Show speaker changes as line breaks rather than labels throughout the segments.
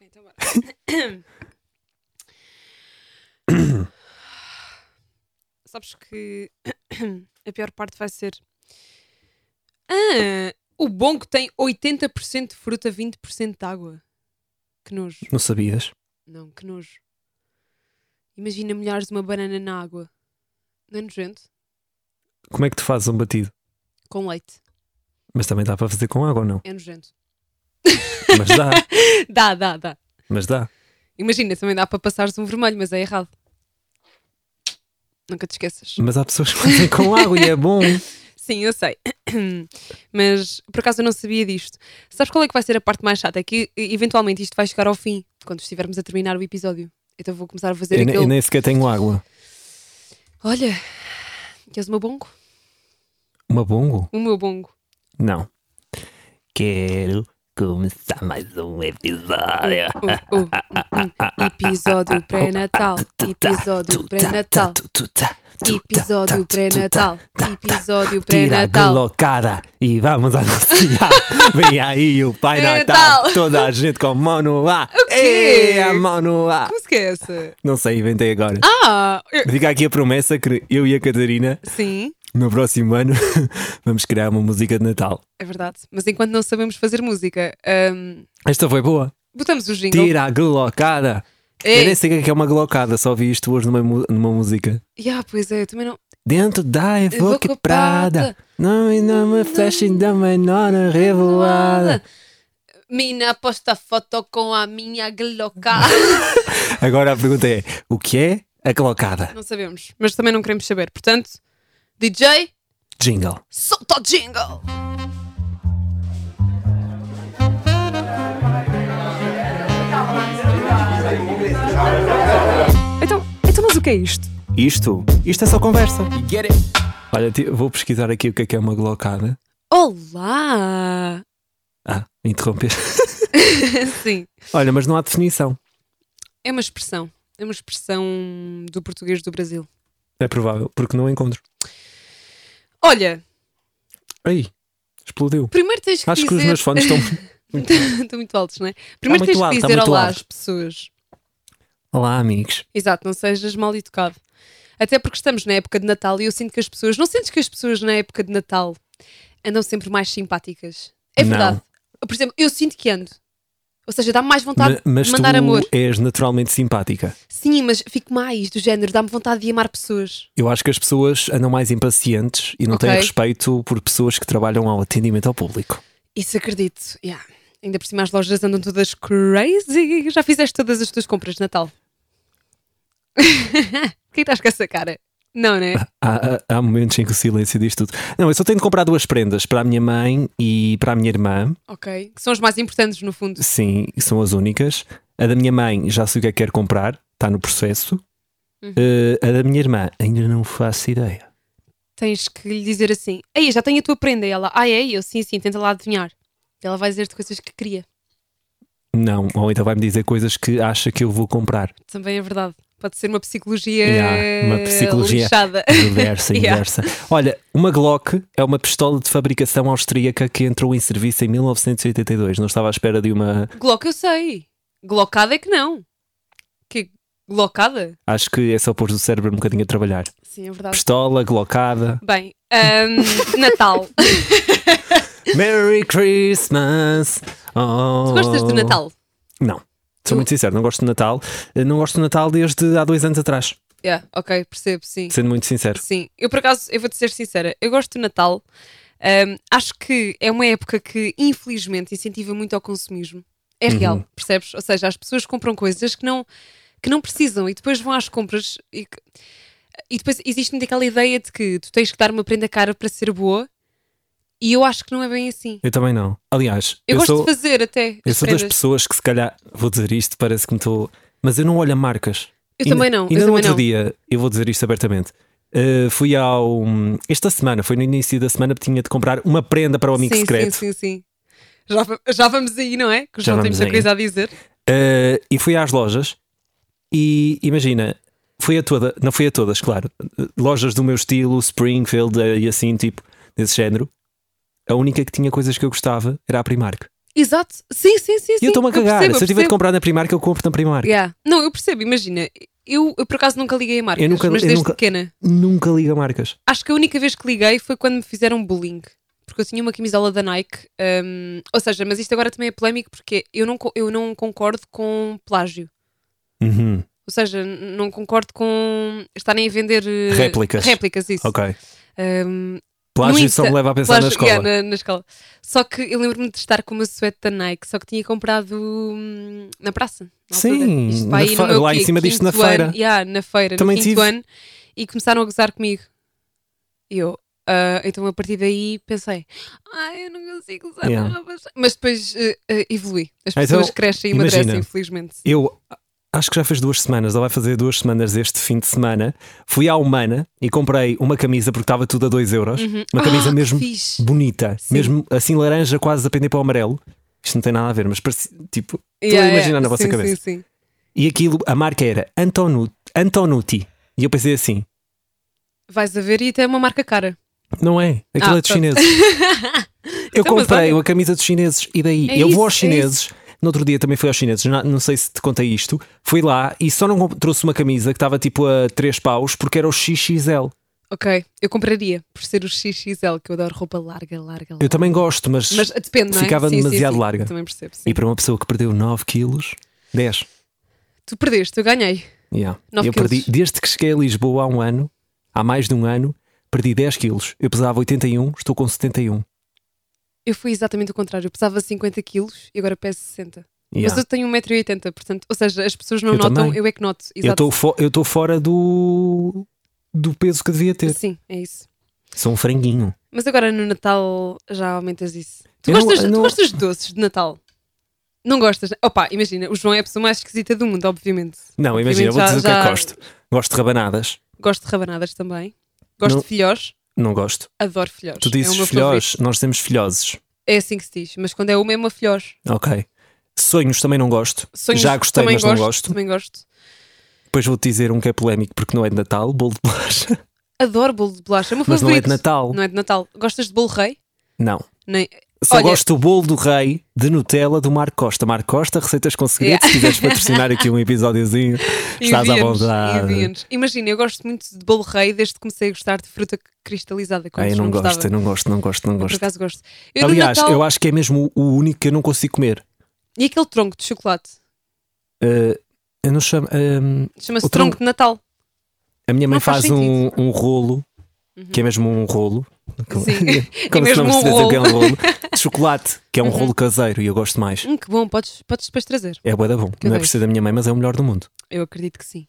Então bora. Sabes que a pior parte vai ser. Ah, o bom que tem 80% de fruta, 20% de água. Que nojo.
Não sabias?
Não, que nojo. Imagina milhares de uma banana na água. Não é nojento?
Como é que tu fazes um batido?
Com leite.
Mas também dá para fazer com água ou não?
É nojento.
Mas dá,
Dá, dá, dá.
mas dá.
Imagina, também dá para passares um vermelho, mas é errado. Nunca te esqueças.
Mas há pessoas que fazem com água e é bom.
Sim, eu sei. Mas por acaso eu não sabia disto. Sabes qual é que vai ser a parte mais chata? É que e- eventualmente isto vai chegar ao fim, quando estivermos a terminar o episódio. Então vou começar a fazer
Eu, ne-
aquele.
eu nem sequer tenho água.
Olha, queres o meu bongo?
Uma bongo?
O meu bongo.
Não. Quero começar mais um episódio.
Oh, oh, hum, hum. Episódio pré-natal.
Tá,
Episódio pré-natal. Episódio pré-natal. Episódio
tá. Tira a
pré-natal.
galocada e vamos anunciar. Vem aí o Pai
É
Natal.
Natal.
Toda a gente com a mão no ar.
O quê?
Ei, a mão no ar.
Como se que é essa?
Não sei, inventei agora.
Ah, eu-
Fica aqui a promessa que eu e a Catarina,
sim,
no próximo ano, vamos criar uma música de Natal.
é verdade. Mas enquanto não sabemos fazer música, hum,
Esta foi boa.
botamos o jingle.
Tira a glocada. Eu
Ei,
nem sei o que é que é uma glocada, só vi isto hoje numa, mu- numa música.
yeah, pois é, eu também não.
Dentro da evoca prada, não e não me fechem da menor
É
revoada.
Mina posta foto com a minha gloca.
Agora a pergunta é: o que é a glocada?
não sabemos, mas também não queremos saber. Portanto, DJ,
Jingle.
solta o jingle! Então, então, mas o que é isto?
Isto? Isto é só conversa. Olha, ti- vou pesquisar aqui o que é que é uma glocada.
Olá!
Ah, interromper.
Sim.
Olha, mas não há definição.
É uma expressão. É uma expressão do português do Brasil.
É provável, porque não encontro.
Olha,
Aí, explodiu.
primeiro tens que
Acho que os
dizer.
meus fones estão.
estão muito altos, não é? Primeiro
Então. Tá muito
tens
alto,
que
está
dizer
muito
olá
alto.
às pessoas.
Olá, amigos.
Exato, não sejas mal educado. Até porque estamos na época de Natal e eu sinto que as pessoas. Não sentes que as pessoas na época de Natal andam sempre mais simpáticas? É
Não.
verdade. Por exemplo, eu sinto que ando. Ou seja, dá-me mais vontade
Ma- mas
de Tá mandar
tu
amor.
és naturalmente simpática.
Sim, mas fico mais do género, dá-me vontade de amar pessoas.
Eu acho que as pessoas andam mais impacientes e não têm
Ok.
respeito por pessoas que trabalham ao atendimento ao público.
Isso acredito, yeah. Ainda por cima as lojas andam todas crazy. Já fizeste todas as tuas compras de Natal? Quem estás com essa cara? Não, né?
Há, há- há momentos em que o silêncio diz tudo. Não, eu só tenho de comprar duas prendas para a minha mãe e para a minha irmã.
Ok. Que são as mais importantes no fundo.
Sim, são as únicas. A da minha mãe já sei o que é que quer comprar, está no processo.
Uhum.
Eh, a da minha irmã, ainda não faço ideia.
Tens que lhe dizer assim: Aí, já tenho a tua prenda. E ela, ah, é? E eu, sim, sim, tenta lá adivinhar. E ela vai dizer-te coisas que queria.
Não, ou então vai-me dizer coisas que acha que eu vou comprar.
Também é verdade. Pode ser uma psicologia.
Yeah, uma psicologia
Lixada.
Inversa,
Yeah.
inversa. Olha, uma Glock é uma pistola de fabricação austríaca que entrou em serviço em 1982. Não estava à espera de uma.
Glock, eu sei. Glocada é que não. Que Glocada?
Acho que é só pôr o cérebro um bocadinho a trabalhar.
Sim, é verdade.
Pistola, glocada.
Bem, ahm, Natal.
Merry Christmas! Oh.
Tu gostas de Natal?
Não.
Tu-
Sou muito sincero, não gosto de Natal. Eh, Não gosto de Natal desde há dois anos atrás,
Yeah, ok, percebo, sim.
sendo muito sincero.
Sim, eu por acaso, eu vou-te ser sincera, eu gosto do Natal. Ahm, acho que é uma época que, infelizmente, incentiva muito ao consumismo. É
Uhum.
real, percebes? Ou seja, as pessoas compram coisas que não, que não precisam e depois vão às compras e, que- e depois existe muito aquela ideia de que tu tens que dar uma prenda cara para ser boa e eu acho que não é bem assim.
Eu também não. Aliás,
Eu,
eu,
gosto
sou,
de fazer até
eu
as
sou das
prendas.
pessoas que se calhar vou dizer isto, parece que me estou. Mas eu não olho a marcas.
Eu
Ainda-
também não, eu
Ainda no
também
outro
não.
dia, eu vou dizer isto abertamente. eh, fui ao. Esta semana, foi no início da semana, tinha de comprar uma prenda para o amigo
sim,
secreto.
sim, sim, sim. Já, va- já vamos aí, não é? Que
Já
já temos
vamos aí.
a coisa a dizer.
Eh, e fui às lojas e imagina, fui a toda, não fui a todas, claro. eh, Lojas do meu estilo, Springfield eh, e assim, tipo, desse género. A única que tinha coisas que eu gostava era a Primark.
Exato. Sim, sim, sim.
E eu
sim.
estou-me a cagar.
percebo,
Se eu tiver de
percebo.
comprar na Primark, eu compro na Primark.
Yeah. Não, eu percebo, imagina. Eu, eu, por acaso nunca liguei a marcas,
Eu nunca-
mas
eu
desde
nunca-
pequena.
Nunca liga marcas.
Acho que a única vez que liguei foi quando me fizeram bullying. Porque eu tinha uma camisola da Nike. hum, ou seja, mas isto agora também é polémico porque eu não, co- eu não concordo com plágio.
Uhum.
Ou seja, n- não concordo com estarem a vender eh,
Réplicas.
Réplicas, isso.
Ok.
Hum,
Plágio
Muito.
só me leva a pensar na
plágio-
escola.
yeah, na- na escola. Só que eu lembro-me de estar com uma suéte da Nike, só que tinha comprado hum, na praça. na altura.
Sim,
Isto vai
na
aí no
fe-
meu
lá
quê?
em cima disto na
Quinto ano.
feira.
Yeah, na feira,
Também
no quinto
tive.
ano. E começaram a gozar comigo. E eu, ah, então a partir daí pensei, ai, eu não consigo usar
Yeah.
roupas. Mas depois eh, eh, evolui. As
Então,
pessoas crescem e amadurecem,
imagina.
infelizmente.
Eu acho que já fez duas semanas, ou vai fazer duas semanas este fim de semana. Fui à Humana e comprei uma camisa porque estava tudo a 2 euros. Uma camisa
Ah, que
mesmo
fixe.
bonita,
Sim.
mesmo assim laranja, quase a pender para o amarelo. Isto não tem nada a ver, mas parece, tipo, estou
Yeah,
a
yeah.
imaginar na vossa
Sim,
cabeça.
Sim, sim.
E aquilo, a marca era Antonu, Antonuti. E eu pensei assim:
Vais a ver e até é uma marca cara.
não é, aquilo
Ah,
é dos
pronto.
chineses. Eu
Então, mas
comprei
olha-
uma camisa dos chineses e daí
É
eu
isso,
vou aos
é
chineses. no outro dia também fui aos chineses, não, não sei se te contei isto. Fui lá e só não comp- trouxe uma camisa que estava tipo a 3 paus porque era o XXL.
Ok, eu compraria por ser o XXL, que eu adoro roupa larga, larga, larga.
Eu também gosto, mas,
Mas depende, não é?
ficava
Sim, sim,
demasiado
sim.
larga.
Também percebo, sim.
E para uma pessoa que perdeu 9 quilos, 10.
Tu perdeste, eu ganhei.
Yeah.
Nove
Eu perdi,
quilos.
desde que cheguei a Lisboa há um ano, há mais de um ano, perdi 10 quilos. Eu pesava 81, estou com 71.
Eu fui exatamente o contrário. Eu pesava 50 quilos e agora peso 60. Mas
Yeah.
eu tenho 1,80m, portanto, ou seja, as pessoas não
Eu
notam,
também.
eu é que noto.
Eu
Exato.
estou fo- eu estou fora do, do peso que devia ter.
Sim, é isso.
Sou um franguinho.
Mas agora no Natal já aumentas isso. Tu,
Eu não-
gostas, tu
não-
gostas de doces de Natal? Não gostas? Opa, imagina, o João é a pessoa mais esquisita do mundo, obviamente.
Não,
Obviamente
imagina, vou
já-
dizer o que é que
já-
gosto. Gosto de rabanadas,
Gosto de rabanadas também. Gosto
Não-
de filhós.
não gosto.
Adoro filhós.
Tu
é o
dizes
meu favorito.
filhós, nós temos filhoses.
É assim que se diz. Mas quando é uma, é uma filhós.
Ok. Sonhos também não gosto.
Sonhos
Já gostei,
também
mas
gosto,
não gosto.
Também gosto.
Depois vou-te dizer um que é polémico porque não é de Natal, bolo de bolacha.
Adoro bolo de bolacha. É o meu
Mas não é
favorito.
de Natal.
Não é de Natal. Gostas de bolo rei?
Não.
Nem...
Só
Olha-
gosto do bolo do rei de Nutella do Marco Costa. Marco Costa, receitas com segredo. Se quiseres patrocinar aqui um episódiozinho, estás à
Envia-nos,
vontade.
envia-nos. Imagina, eu gosto muito de bolo rei desde que comecei a gostar de fruta cristalizada. Quando
Ai, eu não,
gostava.
gosto, eu não gosto, não gosto, não
Por
gosto.
acaso gosto. Eu no
Aliás,
Natal-
eu acho que é mesmo o único que eu não consigo comer.
E aquele tronco de chocolate?
Eh, eu não chamo. ehm,
Chama-se
O
tronco...
tronco-
de Natal.
a minha mãe
Não faz
faz, um, um rolo, que é mesmo um rolo.
Sim.
Como
é
se
mesmo
não
um
percebesse o
rolo. Uhum.
que é um rolo. De chocolate, que é um rolo caseiro e eu gosto mais.
Hum, que bom, podes, podes depois trazer.
É boa da bom.
Que
não é por
nojo.
ser da minha mãe, mas é o melhor do mundo.
Eu acredito que sim.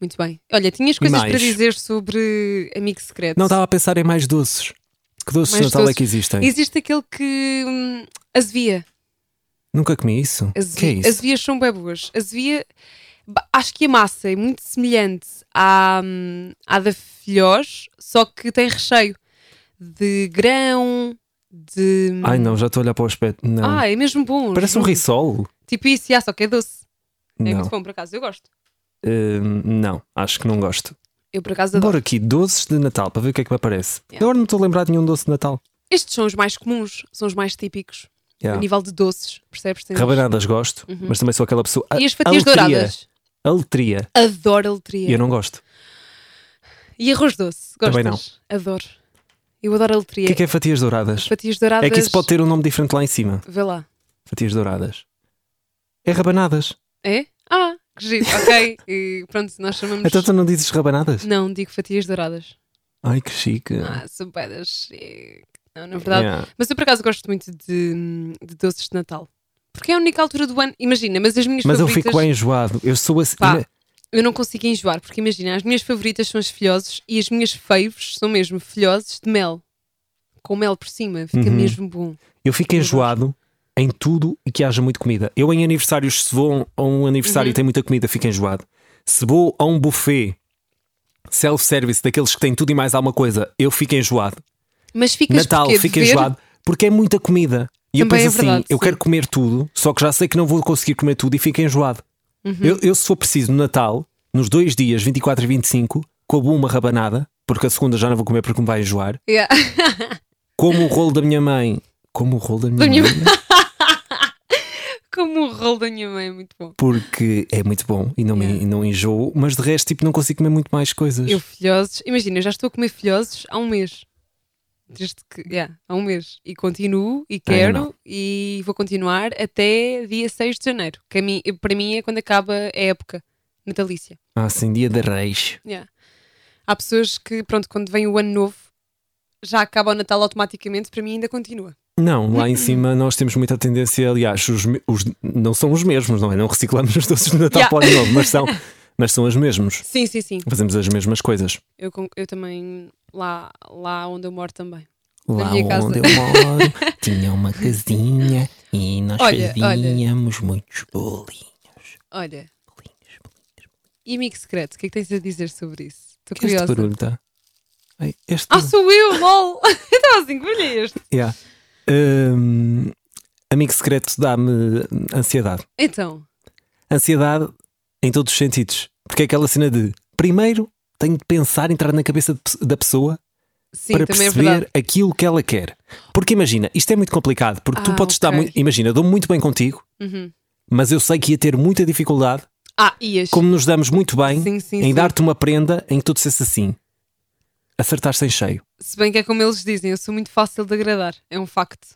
Muito bem. Olha, tinhas coisas
mais?
para dizer sobre Amigo Secreto.
Não estava a pensar em mais doces. Que doces
Mais
de Natal
doces.
é que existem?
Existe aquele que hum, azevia.
Nunca comi isso.
As,
que é
vi-
isso?
as vias são bem boas. As via, ba- acho que a massa é muito semelhante à, hum, à da filhós, só que tem recheio de grão, de. hum,
Ai não, já estou a olhar para o aspecto. Ah, Não.
Ah, é mesmo bom.
Parece um
juro.
risol.
Tipo isso, yeah, só que é doce. É
não.
muito bom, por acaso. Eu gosto.
Hum, não, acho que não gosto.
Eu, por acaso, adoro.
Bora aqui, doces de Natal, para ver o que é que me aparece.
Yeah.
Agora não estou a lembrar de nenhum doce de Natal.
Estes são os mais comuns, são os mais típicos.
Yeah.
A nível de doces, percebes? Tem-
Rabanadas gosto, mas também sou aquela pessoa.
Uhum. E as
A-
fatias
Ah, aletria.
douradas.
Aletria.
Adoro a
E
letria.
eu não gosto.
E arroz doce. Gostas?
Também não.
Adoro. Eu adoro a letria.
O que é que é fatias douradas?
Fatias douradas.
É que isso pode ter um nome diferente lá em cima.
Vê lá.
Fatias douradas. É rabanadas.
É? Ah, que giro, ok. E pronto, nós chamamos.
Então tu não dizes rabanadas?
Não, digo fatias douradas.
Ai que chique.
Ah, sou bué da chique. Não, na verdade.
Yeah.
Mas eu por acaso gosto muito de, de doces de Natal. Porque é a única altura do ano. Imagina, mas as minhas
Mas eu
favoritas.
fico bem enjoado. Eu sou assim.
é Pá. eu não consigo enjoar, porque imagina, as minhas favoritas são as filhoses e as minhas faves são mesmo filhoses de mel. Com mel por cima, fica
Uhum.
mesmo bom.
Eu fico enjoado em tudo e que haja muita comida. Eu, em aniversários, se vou a um
Uhum.
aniversário e tem muita comida, fico enjoado. Se vou a um buffet self-service daqueles que têm tudo e mais alguma coisa, eu fico enjoado.
Mas ficas
Natal,
porquê? De
fico
ver?
enjoado porque é muita comida. E eu
Também é
penso
verdade,
assim, eu
sim.
quero comer tudo, só que já sei que não vou conseguir comer tudo e fico enjoado.
Uhum.
Eu, eu, se for preciso, no Natal, nos dois dias, 24 e 25, como uma rabanada, porque a segunda já não vou comer porque me vai enjoar,
Yeah.
como o rolo da minha mãe. Como o rolo da minha
Da minha
mãe.
como o rolo da minha mãe é muito bom.
Porque é muito bom e não, me,
Yeah.
e não enjoo, mas de resto, tipo, não consigo comer muito mais coisas.
Eu filhoses, imagina, eu já estou a comer filhoses há um mês. Desde que, yeah, há um mês. E continuo e quero
não.
e vou continuar até dia 6 de janeiro. Que a mim- para mim é quando acaba a época natalícia.
Ah, sim, dia de reis.
Yeah. Há pessoas que, pronto, quando vem o ano novo, já acaba o Natal automaticamente, para mim ainda continua.
Não, lá em cima nós temos muita tendência, aliás, os, me- os- não são os mesmos, não é? Não reciclamos os doces de Natal
Yeah.
para o ano novo, mas são, mas são os mesmos.
Sim, sim, sim.
Fazemos as mesmas coisas.
Eu, con- eu também, lá, lá onde eu moro também. Na
Lá
minha casa.
onde eu moro tinha uma casinha e nós
Olha, olha.
fazíamos muitos bolinhos.
Olha,
bolinhos, bolinhos.
e amigo secreto, o que é que tens a dizer sobre isso? Estou
Que é este
curiosa.
barulho está. Este.
Ah, sou eu, lol! Eu Estava assim, que barulho é este?
Yeah. Hum, amigo secreto dá-me ansiedade.
Então,
Ansiedade em todos os sentidos. Porque é aquela cena de primeiro tenho de pensar, entrar na cabeça de pe- da pessoa
sim,
para
também é
perceber
verdade.
aquilo que ela quer. Porque imagina, isto é muito complicado, porque tu
Ah,
podes estar
ok.
muito. Imagina, dou-me muito bem contigo,
Uhum.
mas eu sei que ia ter muita dificuldade,
Ah, ias.
como nos damos muito bem,
Sim, sim,
em
sim.
dar-te uma prenda em que tu dissesse assim: acertaste em cheio.
Se bem que é como eles dizem, eu sou muito fácil de agradar, é um facto.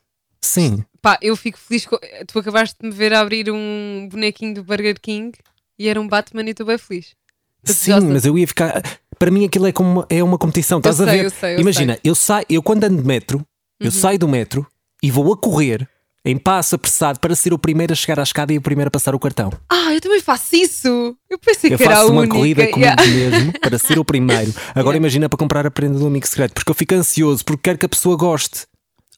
Sim,
Pá, eu fico feliz. Com... eh, Tu acabaste de me ver abrir um bonequinho do Burger King e era um Batman e eu estou bem feliz. Estou
sim,
desejosa.
mas eu ia ficar. Para mim aquilo é como uma, é uma competição, estás a
sei,
ver?
eu sei, Uhum. eu
imagina, eu saio, eu quando ando de metro, eu saio do metro e vou a correr em passo apressado para ser o primeiro a chegar à escada e o primeiro a passar o cartão.
Ah, eu também faço isso! Eu pensei
Eu
que era a
faço uma
única. é.
corrida um- comigo
Yeah.
mesmo para ser o primeiro. Agora imagina para comprar a prenda do amigo secreto, porque eu fico ansioso, porque quero que a pessoa goste.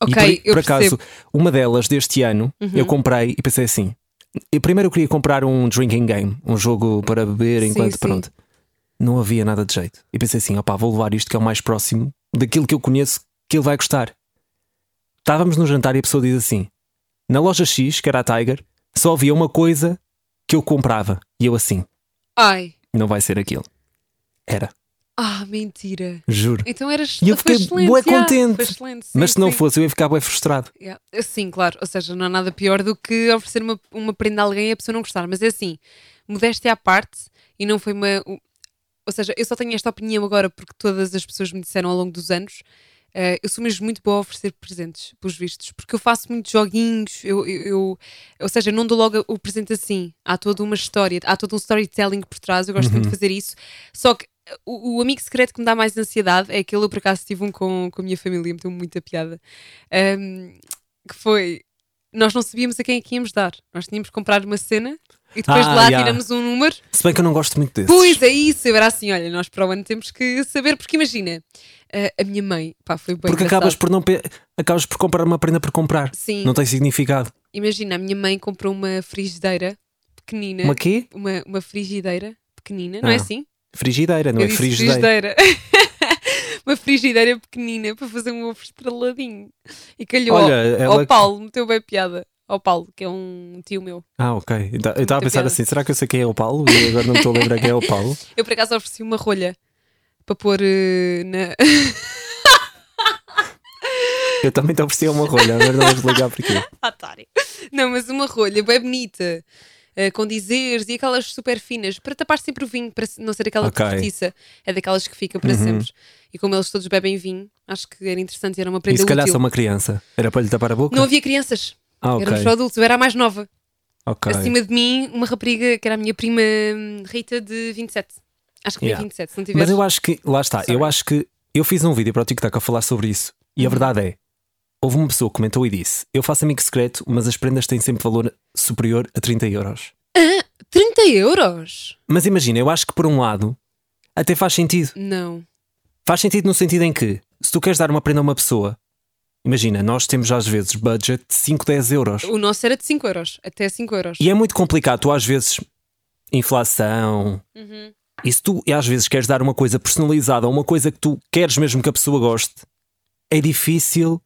Ok,
e por,
eu
por
percebo. Uhum.
acaso, uma delas deste ano eu comprei e pensei assim: eu primeiro eu queria comprar um drinking game, um jogo para beber
Sim,
enquanto
sim.
pronto. Não havia nada de jeito. E pensei assim: opá, vou levar isto que é o mais próximo daquilo que eu conheço que ele vai gostar. Estávamos no jantar e a pessoa diz assim: na loja X, que era a Tiger, só havia uma coisa que eu comprava. E eu assim:
Ai,
não vai ser aquilo. Era,
ah, mentira.
juro.
Então eras.
E eu
foi
fiquei
excelente,
bué
yeah,
contente.
foi excelente, sim,
Mas se não
sim.
fosse, eu ia ficar bem frustrado.
Yeah. Sim, claro. Ou seja, não há nada pior do que oferecer uma, uma prenda a alguém e a pessoa não gostar. Mas é assim, modéstia à parte, e não foi uma. o- Ou seja, eu só tenho esta opinião agora porque todas as pessoas me disseram ao longo dos anos. eh, eu sou mesmo muito boa a oferecer presentes, pelos vistos, porque eu faço muitos joguinhos, eu, eu- eu- ou seja, eu não dou logo o presente assim. Há toda uma história, há todo um storytelling por trás, eu gosto muito de
Uhum.
fazer isso. Só que eh, o, o amigo secreto que me dá mais ansiedade é aquele, eu por acaso tive um com, com a minha família, me deu muita piada. Ahm, que foi nós não sabíamos a quem é que íamos dar. Nós tínhamos que comprar uma cena e depois
Ah,
de lá
yeah.
tiramos um número.
Se bem que eu não gosto muito desses.
Pois é isso, eu era assim, olha, nós para o ano temos que saber, porque imagina, eh, a minha mãe, pá, foi bem
Porque
engraçado.
acabas por, não pe- acabas por comprar uma prenda por comprar.
Sim,
Não tem significado.
imagina, a minha mãe comprou uma frigideira pequenina,
Uma
uma,
quê?
uma, frigideira pequenina, não é
Ah,
assim?
Frigideira, não
eu
é
disse
frigideira.
frigideira. uma frigideira pequenina para fazer um ovo estreladinho. E calhou
Olha,
ao, ao
ela.
"Oh, Paulo, meteu bem piada. Ao Paulo, que é um tio meu.
Ah, ok. Então, Eu estava
Muita
a pensar
piada.
assim: será que eu sei quem é o Paulo? E agora não me estou a lembrar quem é o Paulo.
Eu por acaso ofereci uma rolha para pôr eh, na.
Eu também te ofereci uma rolha, agora não vamos ligar porquê.
Otário. Ah, tá, Não, mas uma rolha bem bonita, eh, com dizeres e aquelas super finas, para tapar sempre o vinho, para se- não ser aquela
Ok. Uhum.
cortiça. É daquelas que fica para sempre. E como eles todos bebem vinho, acho que era interessante, era uma
E
prenda
se calhar
útil.
só uma criança. Era para lhe tapar a boca?
Não havia crianças,
Ah, ok.
éramos só adultos, eu era a mais nova.
ok.
Acima de mim, uma rapariga que era a minha prima hum, Rita de 27. Acho que tinha
Yeah.
27, se não
Mas
tiveres.
eu acho que, lá está, eu acho que eu fiz um vídeo para o TikTok a falar sobre isso.
Uhum.
E a verdade é, houve uma pessoa que comentou e disse: Eu faço amigo secreto, mas as prendas têm sempre valor superior a 30 euros.
30 euros?
Mas imagina, eu acho que por um lado até faz sentido.
Não.
Faz sentido no sentido em que, se tu queres dar uma prenda a uma pessoa, imagina, nós temos às vezes budget de 5, 10 euros.
O nosso era de 5 euros, até 5 euros.
E é muito complicado, tu às vezes, inflação. E se tu e às vezes queres dar uma coisa personalizada, uma coisa que tu queres mesmo que a pessoa goste, é difícil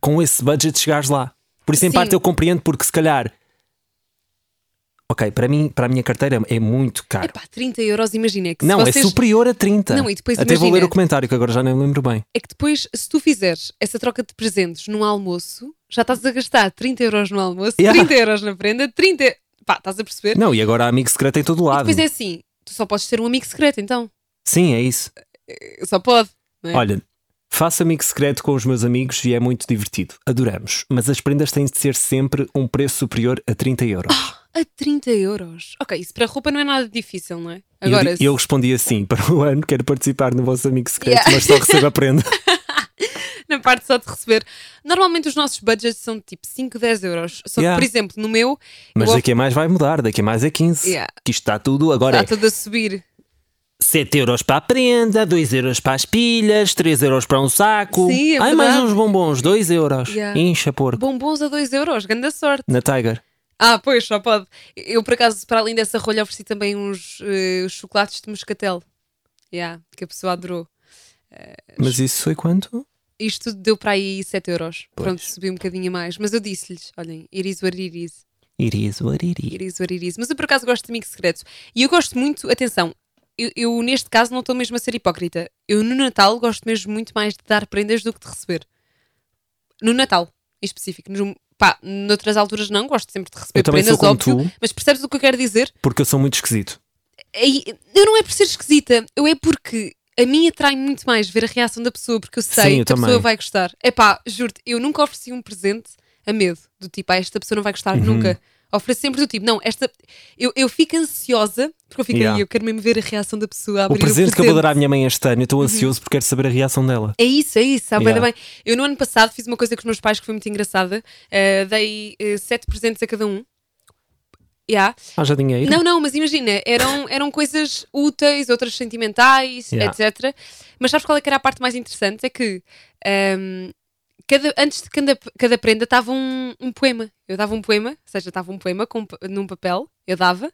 com esse budget chegares lá. Por isso, em
Sim.
parte, eu compreendo, porque se calhar Ok, para mim, para a minha carteira é muito caro.
Epá, 30 euros, imagina. Que se
não, é
vocês-
superior a 30.
Não, e depois
Até vou
imagina-
ler o comentário que agora já nem me lembro bem.
É que depois, se tu fizeres essa troca de presentes num almoço, já estás a gastar 30 euros no almoço,
Yeah.
30 euros na prenda, 30. Pá, estás a perceber?
Não, e agora há amigo secreto em todo
E
lado.
depois é assim, tu só podes ter um amigo secreto, então.
Sim, é isso.
Só pode. não é?
Olha, faço amigo secreto com os meus amigos e é muito divertido. Adoramos. Mas as prendas têm de ser sempre um preço superior a 30 euros.
A 30 euros. Ok, isso para roupa não é nada difícil, não é?
E eu
Agora,
di-
se-
eu, respondi assim: para o ano quero participar no vosso amigo secreto,
Yeah.
mas só recebo a prenda.
na parte só de receber. Normalmente os nossos budgets são de tipo 5, 10 euros. Só
Yeah.
que, por exemplo, no meu,
Mas
eu
daqui a mais vai mudar, daqui a mais é 15.
Yeah.
Que isto está tudo agora.
está
é
tudo a subir.
7 euros para a prenda, 2 euros para as pilhas, 3 euros para um saco.
Sim, é
Ai, mais
verdade.
uns bombons, 2 euros.
Yeah.
Incha porco.
Bombons a 2 euros, grande sorte.
Na Tiger.
Ah, pois, só pode. Eu, por acaso, para além dessa rolha, ofereci também uns eh, chocolates de moscatel. Yeah, que a pessoa adorou.
Mas isso foi quanto?
Isto tudo deu para aí 7 euros.
Pois.
Pronto, subiu um bocadinho a mais. Mas eu disse-lhes, olhem, iris what it is.
Iris, what it is.
Iris what it is. Mas eu, por acaso, gosto de amigos secretos. E eu gosto muito, atenção, eu, eu, neste caso não estou mesmo a ser hipócrita. Eu no Natal gosto mesmo muito mais de dar prendas do que de receber. No Natal, em específico. Nos, pá, noutras alturas não, gosto sempre de receber
Eu também
prendas,
sou como
óbvio.
tu.
Mas percebes o que eu quero dizer?
Porque eu sou muito esquisito.
Aí, eu não é por ser esquisita, eu é porque a mim atrai muito mais ver a reação da pessoa, porque eu sei
Sim, eu
que a
também.
pessoa vai gostar. É pá, juro-te, eu nunca ofereci um presente a medo, do tipo, ah, esta pessoa não vai
Uhum.
gostar nunca. Ofereço sempre do tipo, não, esta. Eu, eu fico ansiosa, porque eu fico
Yeah.
aí, eu quero mesmo ver a reação da pessoa a
O
abrir
presente que eu vou dar à minha mãe este ano, eu
Uhum.
estou ansioso porque quero saber a reação dela.
É isso, é isso, sabe
Yeah.
bem. Eu no ano passado fiz uma coisa com os meus pais que foi muito engraçada. eh, dei eh, sete presentes a cada um. Yeah.
Haja dinheiro.
Não, não, mas imagina, eram, eram coisas úteis, outras sentimentais,
Yeah.
etc. Mas sabes qual é que era a parte mais interessante? É que ahm, cada, antes de cada, cada prenda estava um, um poema. Eu dava um poema, ou seja, estava um poema com pa- num papel, eu dava,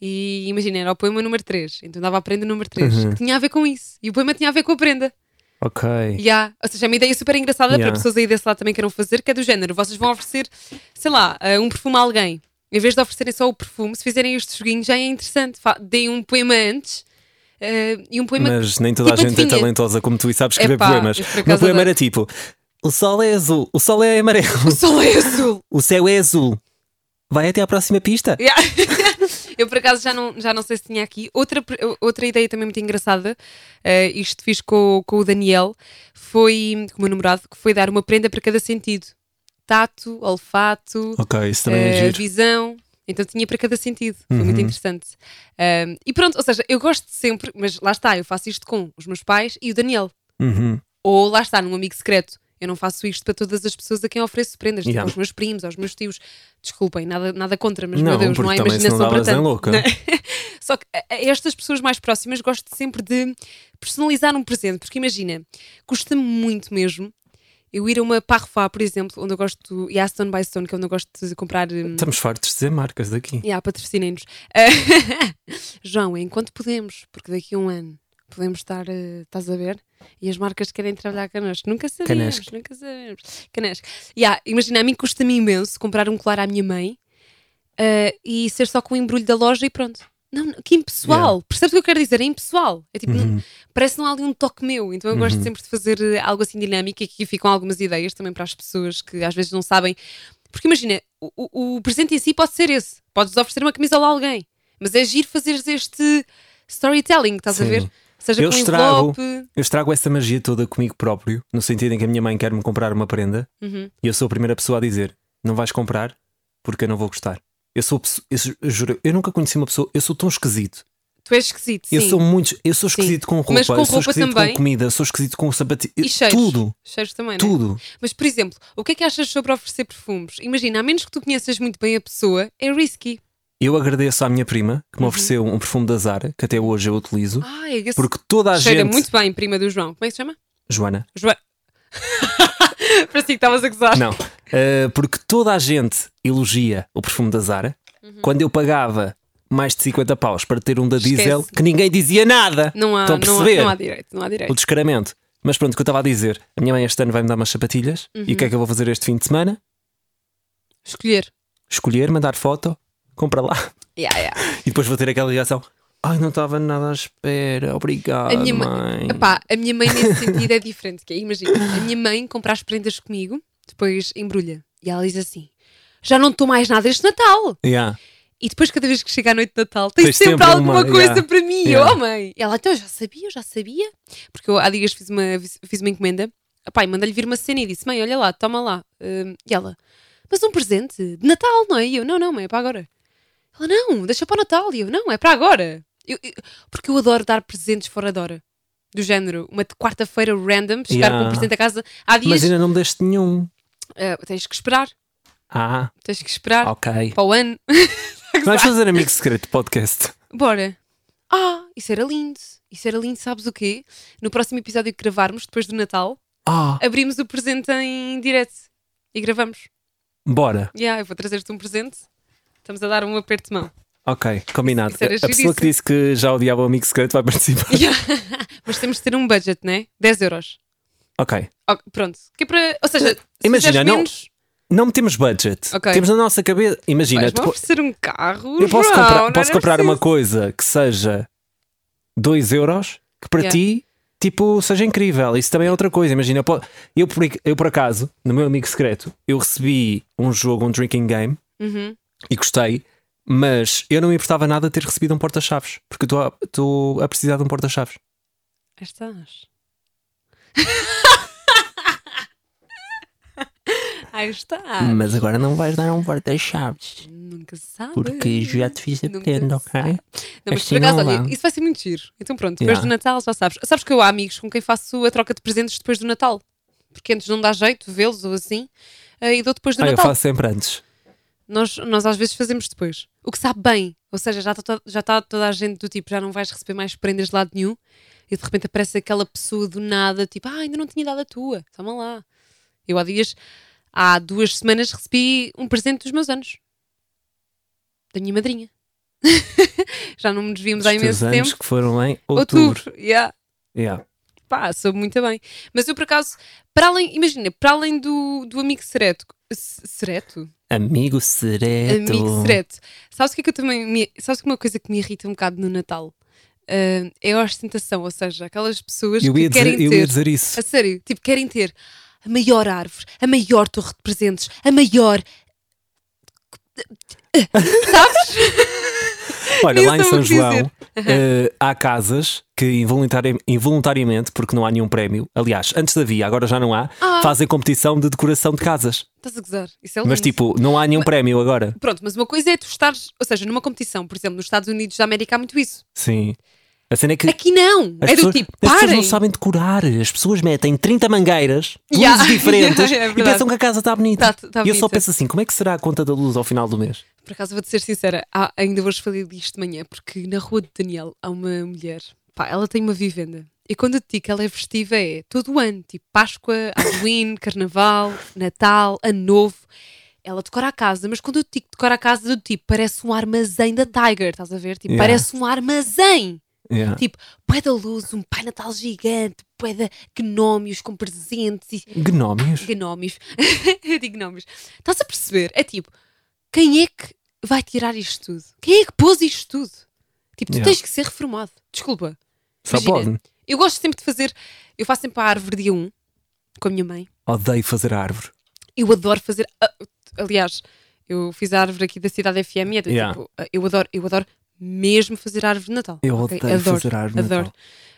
e imagina, era o poema número 3, então dava a prenda número 3,
Uhum.
que tinha a ver com isso, e o poema tinha a ver com a prenda.
Ok.
Yeah. Ou seja, é uma ideia super engraçada
Yeah.
para pessoas aí desse lado também queiram fazer, que é do género. Vocês vão oferecer, sei lá, eh, um perfume a alguém. Em vez de oferecerem só o perfume, se fizerem este joguinho já é interessante. Fa- Deem um poema antes eh, e um poema.
Mas nem toda
Tipo,
a gente é
adivinha.
talentosa como tu e sabes escrever
Epá,
poemas.
eu por
O
acaso
meu poema
adoro.
era tipo: o sol é azul, o sol é amarelo,
O sol é azul!
o céu é azul. Vai até à próxima pista.
Yeah. Eu por acaso já não, já não sei se tinha aqui. Outra, pre- outra ideia também muito engraçada, eh, isto fiz com, com o Daniel, foi com o meu namorado, que foi dar uma prenda para cada sentido: tato, olfato,
Ok, isso também é
eh,
giro. Uhum.
visão. Então tinha para cada sentido. Foi muito interessante. Um, e pronto, ou seja, eu gosto sempre, mas lá está, eu faço isto com os meus pais e o Daniel.
Uhum.
Ou lá está, num amigo secreto. Eu não faço isto para todas as pessoas a quem ofereço prendas, tipo
Yeah.
aos meus primos, aos meus tios. Desculpem, nada, nada contra, mas
Não,
meu Deus, não há
porque também se não
imaginação para
davas em
tanto. né?
louca.
Só que a- a estas pessoas mais próximas gosto sempre de personalizar um presente, porque imagina, custa-me muito mesmo eu ir a uma Parfá, por exemplo, onde eu gosto, e a Stone by Stone, que é onde eu gosto de comprar hum,
Estamos fartos de dizer marcas daqui.
e há patrocinem-nos. João, enquanto podemos, porque daqui a um ano podemos estar, eh, estás a ver? E as marcas querem trabalhar connosco. Nunca sabemos,
Connosco.
nunca sabemos. Canesco. E há, imagina, a mim custa-me imenso comprar um colar à minha mãe eh, e ser só com o embrulho da loja e pronto. Não, não, que impessoal. Percebes o que eu quero dizer? É impessoal. É tipo,
Uhum.
não- parece não há ali um toque meu. Então eu gosto sempre de fazer eh, algo assim dinâmico e aqui ficam algumas ideias também para as pessoas que às vezes não sabem. Porque imagina, o, o- o presente em si pode ser esse. Podes oferecer uma camisola a alguém. Mas é giro fazeres este storytelling, estás a
Sim.
ver? Seja
Eu
com um
estrago.
envelope.
Eu estrago essa magia toda comigo próprio, no sentido em que a minha mãe quer-me comprar uma prenda
Uhum.
e eu sou a primeira pessoa a dizer: Não vais comprar porque eu não vou gostar. Eu sou, pesso- eu, su- eu juro, eu nunca conheci uma pessoa, eu sou tão esquisito.
Tu és esquisito, sim.
Eu sou um muito, eu sou esquisito com roupa,
Mas com
eu sou
roupa
esquisito
também?
com comida, eu sou esquisito com sapatilhas,
E cheiros.
tudo,
Cheiros também, não é?
tudo.
Mas, por exemplo, o que é que achas sobre oferecer perfumes? Imagina, a menos que tu conheças muito bem a pessoa, é risky.
Eu agradeço à minha prima
Uhum.
que me ofereceu um perfume da Zara, que até hoje eu utilizo,
Ai, esse
porque toda a
Ah, cheira
gente.
muito bem, prima do João. Como é que se chama?
Joana,
João. Parecia que estavas a gozar.
Não, eh, porque toda a gente elogia o perfume da Zara. Quando eu pagava mais de 50 paus para ter um da
Uhum. Esquece.
Diesel, que ninguém dizia nada.
Não há,
Estão a
não, há,
perceber
não há direito, não há direito.
o descaramento. Mas pronto, o que eu estava a dizer, a minha mãe este ano vai-me dar umas sapatilhas.
Uhum.
E o que é que eu vou fazer este fim de semana?
Escolher.
Escolher, mandar foto, compra lá.
Yeah, yeah.
E depois vou ter aquela reação. Ai, não estava nada à espera, obrigado.
A minha mãe-
mãe.
Epá, a minha mãe nesse sentido é diferente, que é, imagina, a minha mãe compra as prendas comigo, depois embrulha. E ela diz assim, já não estou mais nada este Natal.
Yeah.
E depois, cada vez que chega a noite de Natal, tens,
Tens
sempre,
sempre
alguma
uma,
coisa
yeah.
para mim. E Eu,
Yeah.
oh mãe! Ela, então, eu já sabia, eu já sabia. Porque eu há dias fiz uma, fiz uma encomenda. Pai, manda-lhe vir uma cena e disse, mãe, olha lá, toma lá. Hum, e ela, mas um presente de Natal, não é? E eu, não, não, mãe, é para agora. Ela, não, deixa para o Natal. E eu, não, é para agora. Eu- eu- porque eu adoro dar presentes fora de hora. Do género, uma de quarta-feira random, chegar
Yeah.
com um presente a casa. Há dias,
Mas ainda não me deste nenhum.
ah, tens que esperar,
Ah,
tens que esperar
ok.
para o ano.
Vais fazer amigo secreto de podcast.
Bora. Ah, isso era lindo. Isso era lindo, sabes o quê? No próximo episódio que gravarmos, depois do Natal,
Ah,
abrimos o presente em direto e gravamos.
bora.
Yeah, eu vou trazer-te um presente. Estamos a dar um aperto de mão.
Ok, combinado.
Isso era
a pessoa que
giríssimo.
disse que já odiava o amigo secreto vai participar.
Yeah. Mas temos de ter um budget, né? 10 euros.
Ok.
Ok, pronto. Que é para... Ou seja, se
Eh, Imagina,
fizeres
não-
menos,
Não temos budget.
Ok.
Temos na nossa cabeça. Imagina,
vais-me
depois-
oferecer um carro.
eu posso
João,
comprar,
não
posso
era
comprar uma
preciso.
coisa que seja 2 euros, que para
Yeah.
ti, tipo, seja incrível. Isso também é outra coisa. Imagina, eu, po- eu, por, eu por acaso, no meu amigo secreto, eu recebi um jogo, um drinking game,
Uhum.
e gostei, mas eu não me importava nada ter recebido um porta-chaves, porque eu estou a- estou a precisar de um porta-chaves.
Aí estás. Aí estás.
Mas agora não vais dar um porta-chaves.
Nunca sabe.
Porque já te fiz a
Nunca
prenda, ok?
sabe. Não, mas
Assim
por acaso,
não
olha,
dá.
isso vai ser muito giro. Então pronto, depois
Yeah.
do Natal já sabes. Sabes que eu há amigos com quem faço a troca de presentes depois do Natal. Porque antes não dá jeito vê-los ou assim. eh, E dou depois do
Ah, eu
Natal.
faço sempre antes.
Nós, nós às vezes fazemos depois. O que sabe bem. Ou seja, já está já tá toda a gente do tipo, já não vais receber mais prendas de lado nenhum. E de repente aparece aquela pessoa do nada, tipo, ah, ainda não tinha dado a tua. Toma lá. Eu há dias, há duas semanas, recebi um presente dos meus anos. Da minha madrinha. já não nos víamos há
Os teus
imenso
anos
tempo.
que foram em outubro. É,
Outubro. Yeah.
Yeah.
Pá, soube muito bem. Mas eu, por acaso, para além, imagina, para além do, do amigo Sereto. se- Sereto?
Amigo sereto.
Amigo Sereto. Sabes o que é que eu também. Me, sabes que uma coisa que me irrita um bocado no Natal? Ah, é a ostentação, ou seja, aquelas pessoas
Eu
que
ia,
querem
dizer, eu
ter.
ia dizer isso.
A sério, tipo, querem ter a maior árvore, a maior torre de presentes, a maior.
Olha,
Nem
lá em
soube
São
o que
João
dizer.
eh, há casas que involuntari- involuntariamente, porque não há nenhum prémio, aliás, antes havia, agora já não há,
Ah.
fazem competição de decoração de casas.
Estás a gozar? Isso é
Mas
lindo.
tipo, não há nenhum prémio agora.
Pronto, mas uma coisa é tu estares, ou seja, numa competição, por exemplo, nos Estados Unidos da América há muito isso.
Sim. A cena é que
Aqui não!
As
é
pessoas,
do tipo,
as pessoas
parem!
não sabem decorar. As pessoas metem 30 mangueiras, luzes
Yeah.
diferentes,
É verdade.
e pensam que a casa está bonita.
Tá- tá
e eu só
bonita.
penso assim: como é que será a conta da luz ao final do mês?
Por acaso vou-te ser sincera, há- ainda vou-vos falar disto de manhã, porque na rua de Daniel há uma mulher, pá, ela tem uma vivenda. E quando eu te digo que ela é festiva é todo o ano, tipo Páscoa, Halloween, Carnaval, Natal, Ano Novo. Ela decora a casa, mas quando eu te digo que decora a casa, eu tipo, parece um armazém da Tiger, estás a ver? Tipo,
Yeah.
parece um armazém!
Yeah.
Tipo, pé da luz, um pai natal gigante, pé de gnómios com presentes e
Gnómios.
Gnómios. eu digo gnomes. Estás a perceber? É tipo, quem é que vai tirar isto tudo? Quem é que pôs isto tudo? Tipo, tu
Yeah.
tens que ser reformado. Desculpa.
Só
Imagina.
pode.
Eu gosto sempre de fazer. Eu faço sempre a árvore dia 1 com a minha mãe.
Odeio fazer árvore.
Eu adoro fazer. ah, Aliás, eu fiz a árvore aqui da Cidade FM e é do
Yeah.
tipo, ah, eu adoro, eu adoro mesmo fazer a árvore de Natal.
Eu
Ok?
odeio fazer árvore.
adoro.
Natal.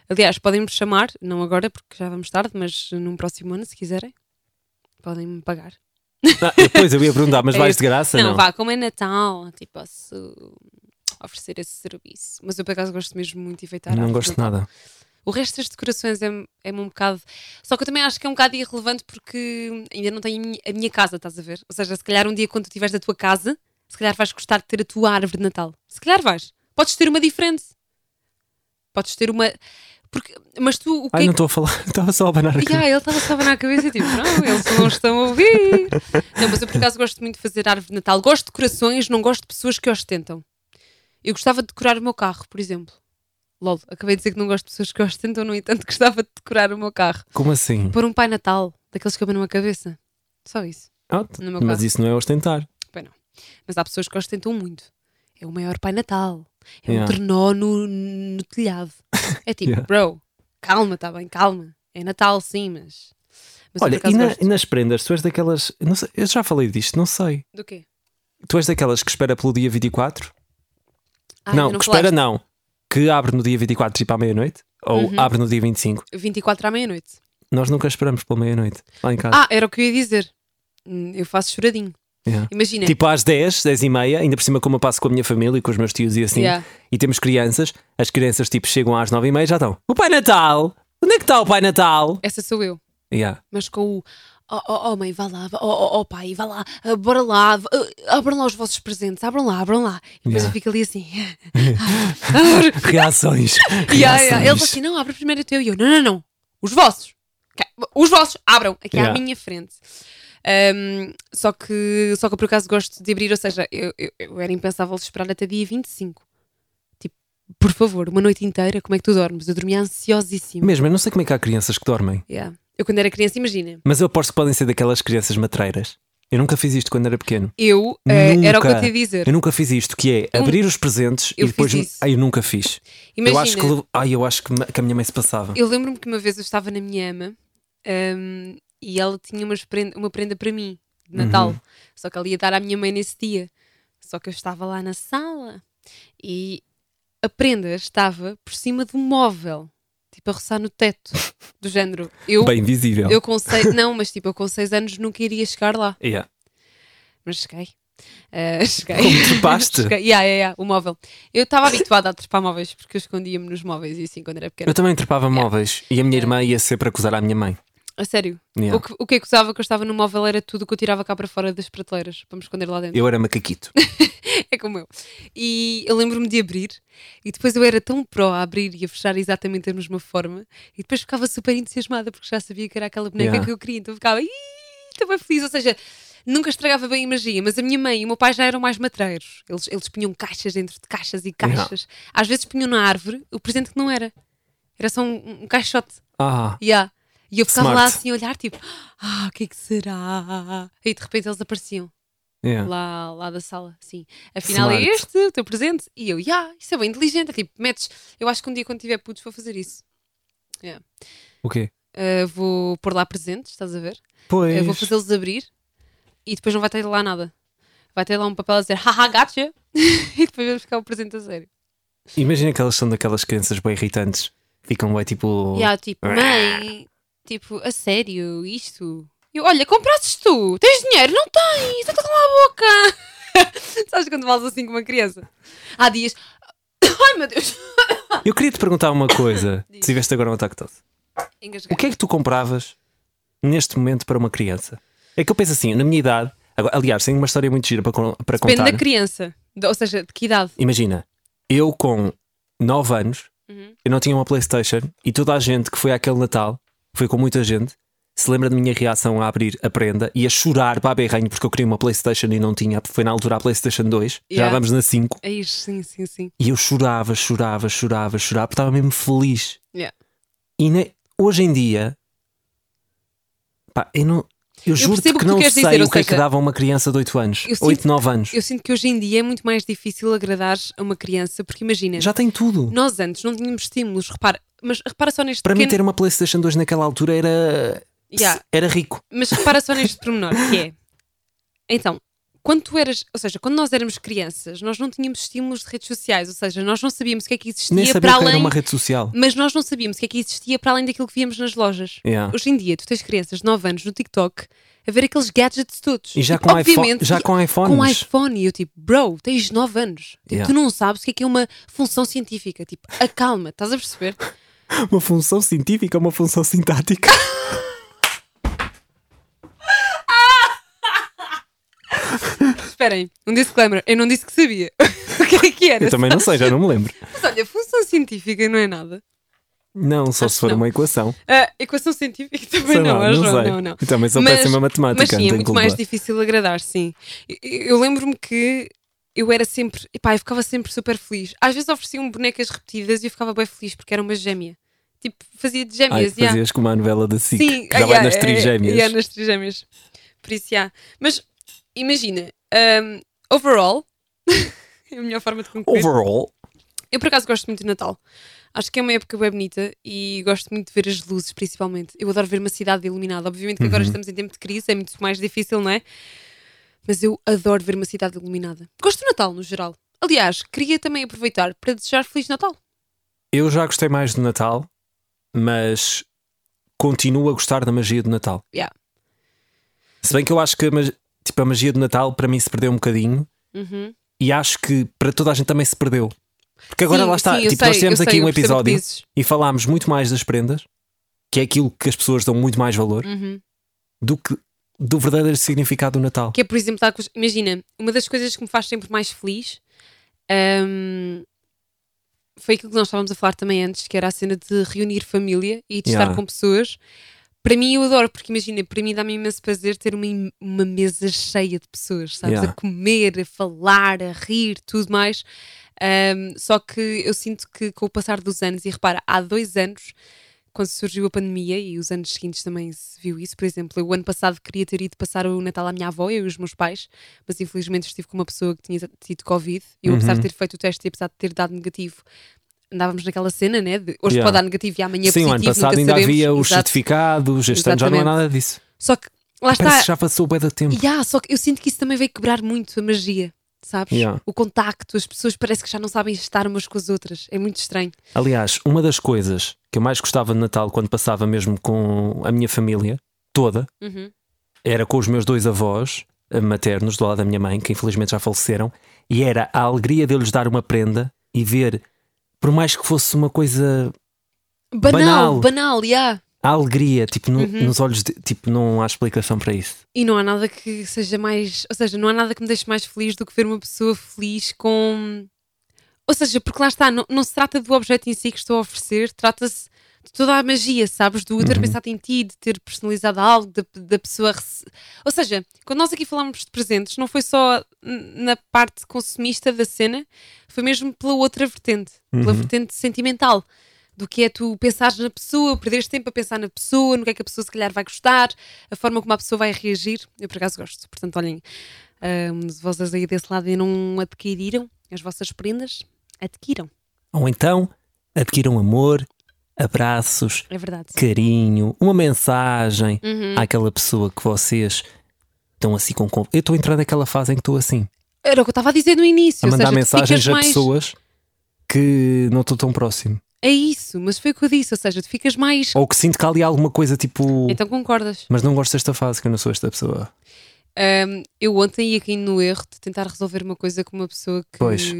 Aliás, podem-me chamar, não agora porque já vamos tarde, mas num próximo ano, se quiserem, podem-me pagar.
Ah, depois eu ia perguntar, mas
É
vais
isso.
de graça?
Não,
Não,
vá, como é Natal, tipo, posso oferecer esse serviço. Mas eu, por acaso, gosto mesmo muito de enfeitar. a
não
árvore
gosto
de
de
Natal.
nada.
O resto das decorações é-me é um bocado. Só que eu também acho que é um bocado irrelevante porque ainda não tenho a minha, a minha casa, estás a ver? Ou seja, se calhar um dia, quando tu tiveres da tua casa, se calhar vais gostar de ter a tua árvore de Natal. Se calhar vais. Podes ter uma diferente. Podes ter uma. Porque... Mas tu, o que
Ai,
é
não estou a falar, estava só a banar aqui.
e ah, ele estava só na cabeça, tipo, não, eles não estão a ouvir. Não, mas eu por acaso gosto muito de fazer árvore de Natal. Gosto de decorações, não gosto de pessoas que ostentam. Eu gostava de decorar o meu carro, por exemplo. Lol, acabei de dizer que não gosto de pessoas que ostentam, no entanto, gostava de decorar o meu carro.
Como assim?
Pôr um pai Natal, daqueles que cabem numa cabeça. Só isso.
Ah, t-
No meu
mas
caso.
isso não é ostentar.
Mas há pessoas que ostentam muito. é o maior Pai Natal, é um
Yeah.
trenó no, no telhado. É tipo,
Yeah.
bro, calma, está bem, calma. É Natal, sim, mas. mas eu
Olha,
por acaso
e, na-
gosto.
e nas prendas, tu és daquelas. não sei, eu já falei disto, não sei.
Do quê?
Tu és daquelas que espera pelo dia 24?
Ah,
não,
ainda
que espera
falaste.
não. Que abre no dia 24, tipo à meia-noite? Ou
Uhum.
abre no dia 25?
24 à meia-noite.
Nós nunca esperamos pela meia-noite, lá em casa.
Ah, era o que eu ia dizer. Hum, Eu faço choradinho.
Yeah.
Imagina.
Tipo às 10, 10 e meia, ainda por cima como eu passo com a minha família e com os meus tios e assim,
Yeah.
e temos crianças, as crianças tipo chegam às 9 e meia já estão, o Pai Natal! Onde é que está o Pai Natal?
Essa sou eu.
Yeah.
Mas com o. Oh, oh, oh, mãe, vá lá, vá- oh, oh, oh, pai, vá lá, ah, bora lá, v- ah, abram lá os vossos presentes, abram lá, abram lá. E depois
Yeah.
eu fico ali assim. "Ah,
Reações.
Yeah, yeah. Ele
Reações.
falou assim: não, abre primeiro o teu. E eu: não, não, não, os vossos. Cá- Os vossos, abram, aqui
Yeah.
à minha frente. Ahm, só, que, só que eu por acaso gosto de abrir, ou seja, eu, eu- eu era impensável esperar até dia 25. Tipo, por favor, uma noite inteira, como é que tu dormes? Eu dormia ansiosíssima.
Mesmo, eu não sei como é que há crianças que dormem.
Yeah. Eu quando era criança, imagina,
Mas eu aposto que podem ser daquelas crianças matreiras. Eu nunca fiz isto quando era pequeno.
eu, eh, era o que eu
Nunca.
te ia dizer.
Eu nunca fiz isto, que é abrir os presentes
Um, eu
e depois.
fiz isso.
Ai, eu nunca fiz.
Imagina,
Eu acho que, le- ai, eu acho que, ma- que a minha mãe se passava.
Eu lembro-me que uma vez eu estava na minha ama hum, e ela tinha umas prenda- uma prenda para mim de Natal.
Uhum.
Só que ela ia dar à minha mãe nesse dia. Só que eu estava lá na sala e a prenda estava por cima de um móvel, tipo a roçar no teto, do género. Eu,
Bem visível.
eu com seis, não, mas tipo, eu com seis anos nunca iria chegar lá.
Yeah.
Mas cheguei. Ah, cheguei.
Como trepaste?
cheguei. Yeah, yeah, yeah, o móvel. Eu estava habituada a trepar móveis porque eu escondia-me nos móveis e assim quando era pequena.
Eu também trepava móveis e a minha irmã ia sempre acusar à minha mãe.
A sério?
Yeah.
O, que, o que acusava que eu estava no móvel era tudo o que eu tirava cá para fora das prateleiras, para me esconder lá dentro.
Eu era macaquito.
É como eu. E eu lembro-me de abrir, e depois eu era tão pró a abrir e a fechar exatamente da mesma forma, e depois ficava super entusiasmada porque já sabia que era aquela boneca
Yeah.
que eu queria, então eu ficava, "Ih, estou bem feliz. Ou seja, nunca estragava bem a magia, mas a minha mãe e o meu pai já eram mais matreiros. Eles, eles punham caixas dentro de caixas e caixas. Às vezes punham na árvore o presente que não era. Era só um, um caixote.
Ah,
Yeah. E eu ficava
Smart.
lá assim a olhar, tipo, ah, o que é que será? E de repente eles apareciam
yeah.
lá, lá da sala, assim. Afinal é
Smart.
este o teu presente? E eu, yeah, isso é bem inteligente. É tipo, metes. Eu acho que um dia quando tiver putos vou fazer isso.
o quê?
Ah, vou pôr lá presentes, estás a ver?
Pois.
Ah, vou fazê-los abrir e depois não vai ter lá nada. Vai ter lá um papel a dizer, haha, gotcha. e depois vamos ficar o presente a sério.
Imagina que elas são daquelas crianças bem irritantes. Ficam bem tipo.
E ela, tipo, mãe, tipo, a sério, isto? Eu, olha, comprastes tu, tens dinheiro? Não tens, está lá a boca. Sabes quando falas assim com uma criança? Há dias, ai meu Deus,
Eu queria te perguntar uma coisa.
Diz.
se tiveste agora um ataque de tosse.
engasguei.
O que é que tu compravas neste momento para uma criança? É que eu penso assim, na minha idade, agora, aliás, tenho uma história muito gira para, con- para
Depende
é contar.
da criança, de- ou seja, de que idade.
Imagina, eu com 9 anos,
Uhum.
eu não tinha uma Playstation e toda a gente que foi àquele Natal, foi com muita gente, se lembra da minha reação a abrir a prenda e a chorar para a berranho porque eu queria uma Playstation e não tinha, foi na altura a Playstation 2, já
Yeah.
vamos na 5,
É isso, sim, sim, sim.
e eu chorava, chorava, chorava, chorava, porque estava mesmo feliz.
Yeah.
E ne- hoje em dia, pá, eu não. Eu, juro que,
percebo o que tu
não sei
queres dizer,
o
ou
que é que
seja,
dava a uma criança de 8 anos,
eu sinto-
8, 9 anos.
Eu sinto que hoje em dia é muito mais difícil agradares a uma criança, porque imagina,
Já tem tudo.
nós antes não tínhamos estímulos, repara, mas repara só neste
Para mim,
pequeno...
ter uma PlayStation 2 naquela altura era.
Yeah.
era rico.
Mas repara só neste pormenor, que é. Então, quando tu eras, ou seja, quando nós éramos crianças, nós não tínhamos estímulos de redes sociais, ou seja, nós não sabíamos o que é que existia
Nem sabia
para
o que era
além.
uma rede social.
Mas nós não sabíamos o que é que existia para além daquilo que víamos nas lojas.
Yeah.
Hoje em dia, tu tens crianças de 9 anos no TikTok a ver aqueles gadgets todos.
E já
Tipo,
com, iPhone,
obviamente,
já com iPhones.
com iPhone. E eu tipo, bro, tens 9 anos. Tipo,
Yeah.
Tu não sabes o que é que é uma função científica. Tipo, acalma, estás a perceber?
Uma função científica, uma função sintática.
Esperem, um disclaimer. Eu não disse que sabia o que é que era.
Eu também não sei, já não me lembro.
Mas olha, função científica não é nada.
Não, só
Acho
se for
que não.
uma equação.
A equação científica também
Sei
não,
lá,
é,
não
João,
sei. Então,
não, não.
Eu também sou
Mas-
péssima em matemática,
Mas
não
sim, é
tenho
muito
culpa.
mais difícil agradar, sim. Eu, eu lembro-me que eu era sempre, epá, eu ficava sempre super feliz. Às vezes ofereciam bonecas repetidas e eu ficava bem feliz porque era uma gêmea. Tipo, fazia de
Ai,
gêmeas,
que fazias como a novela da SIC,
Sim,
que dava
yeah,
nas
é,
trigêmeas.
yeah, nas trigêmeas. Por isso, há. Mas imagina, hum, overall, É a melhor forma de concluir.
Overall,
Eu por acaso gosto muito de Natal. Acho que é uma época bem bonita e gosto muito de ver as luzes, principalmente. Eu adoro ver uma cidade iluminada. Obviamente que agora estamos em tempo de crise, é muito mais difícil, não é? Mas eu adoro ver uma cidade iluminada. Gosto do Natal, no geral. Aliás, queria também aproveitar para desejar Feliz Natal.
eu já gostei mais de Natal, mas continuo a gostar da magia do Natal.
Yeah.
Se bem que eu acho que a mag- tipo, a magia do Natal para mim se perdeu um bocadinho
Uhum.
e acho que para toda a gente também se perdeu. Porque agora
Sim,
lá está,
sim, eu
tipo,
sei,
nós tivemos
eu sei,
aqui
eu
um
percebo o que
episódio
dizes.
e falámos muito mais das prendas, que é aquilo que as pessoas dão muito mais valor,
Uhum.
do que do verdadeiro significado do Natal.
Que é, por exemplo, dar com os- imagina, uma das coisas que me faz sempre mais feliz hum, foi aquilo que nós estávamos a falar também antes, que era a cena de reunir família e de
Yeah.
estar com pessoas. Para mim, eu adoro, porque imagina, para mim dá-me imenso prazer ter uma, im- uma mesa cheia de pessoas, sabes?
Yeah.
A comer, a falar, a rir, tudo mais. Hum, só que eu sinto que com o passar dos anos, e repara, há dois anos, quando surgiu a pandemia e os anos seguintes também se viu isso, por exemplo, eu o ano passado queria ter ido passar o Natal à minha avó, eu e os meus pais, mas infelizmente estive com uma pessoa que tinha tido Covid. Eu, apesar de
Uhum.
ter feito o teste e apesar de ter dado negativo, andávamos naquela cena, né? De hoje
Yeah.
pode dar negativo e amanhã
Sim, o ano
é positivo,
passado
nunca
ainda
sabemos.
havia os
Exato.
certificados, este ano já não há
Exatamente.
nada disso.
Só que lá
Parece
está,
que já passou bem do tempo.
Yeah, só que eu sinto que isso também veio quebrar muito a magia, sabes?
Yeah.
O contacto, as pessoas parece que já não sabem estar umas com as outras. É muito estranho.
Aliás, uma das coisas que eu mais gostava de Natal quando passava mesmo com a minha família toda
Uhum.
era com os meus dois avós eh, maternos do lado da minha mãe, que infelizmente já faleceram, e era a alegria de eu lhes dar uma prenda e ver, por mais que fosse uma coisa,
Banal,
Banal.
banal, yeah.
a alegria, tipo, no- nos olhos, de- tipo, não há explicação para isso.
E não há nada que seja mais. Ou seja, não há nada que me deixe mais feliz do que ver uma pessoa feliz com. Ou seja, porque lá está, não, não se trata do objeto em si que estou a oferecer, trata-se de toda a magia, sabes? Do ter pensado em ti, de ter personalizado algo, da, da pessoa. rece- Ou seja, quando nós aqui falámos de presentes, não foi só n- na parte consumista da cena, foi mesmo pela outra vertente, pela vertente sentimental do que é tu pensares na pessoa, perderes tempo a pensar na pessoa, no que é que a pessoa se calhar vai gostar, a forma como a pessoa vai reagir. Eu por acaso gosto, portanto, olhem, ahm, se vocês aí desse lado ainda não adquiriram as vossas prendas, adquiram,
Ou então, adquiram amor, abraços,
é verdade.
carinho, uma mensagem
Uhum.
àquela pessoa que vocês estão assim com. com- Eu estou a entrar naquela fase em que estou assim,
Era o que eu estava a dizer no início,
a
ou
mandar
seja, tu
mensagens
ficas mais...
a pessoas que não estou tão próximo.
É isso, mas foi o que eu disse, ou seja, tu ficas mais.
Ou que sinto que há ali alguma coisa tipo.
Então concordas?
Mas não gosto desta fase, que eu não sou esta pessoa.
Ahm, eu ontem ia caindo no erro de tentar resolver uma coisa com uma pessoa que.
Pois.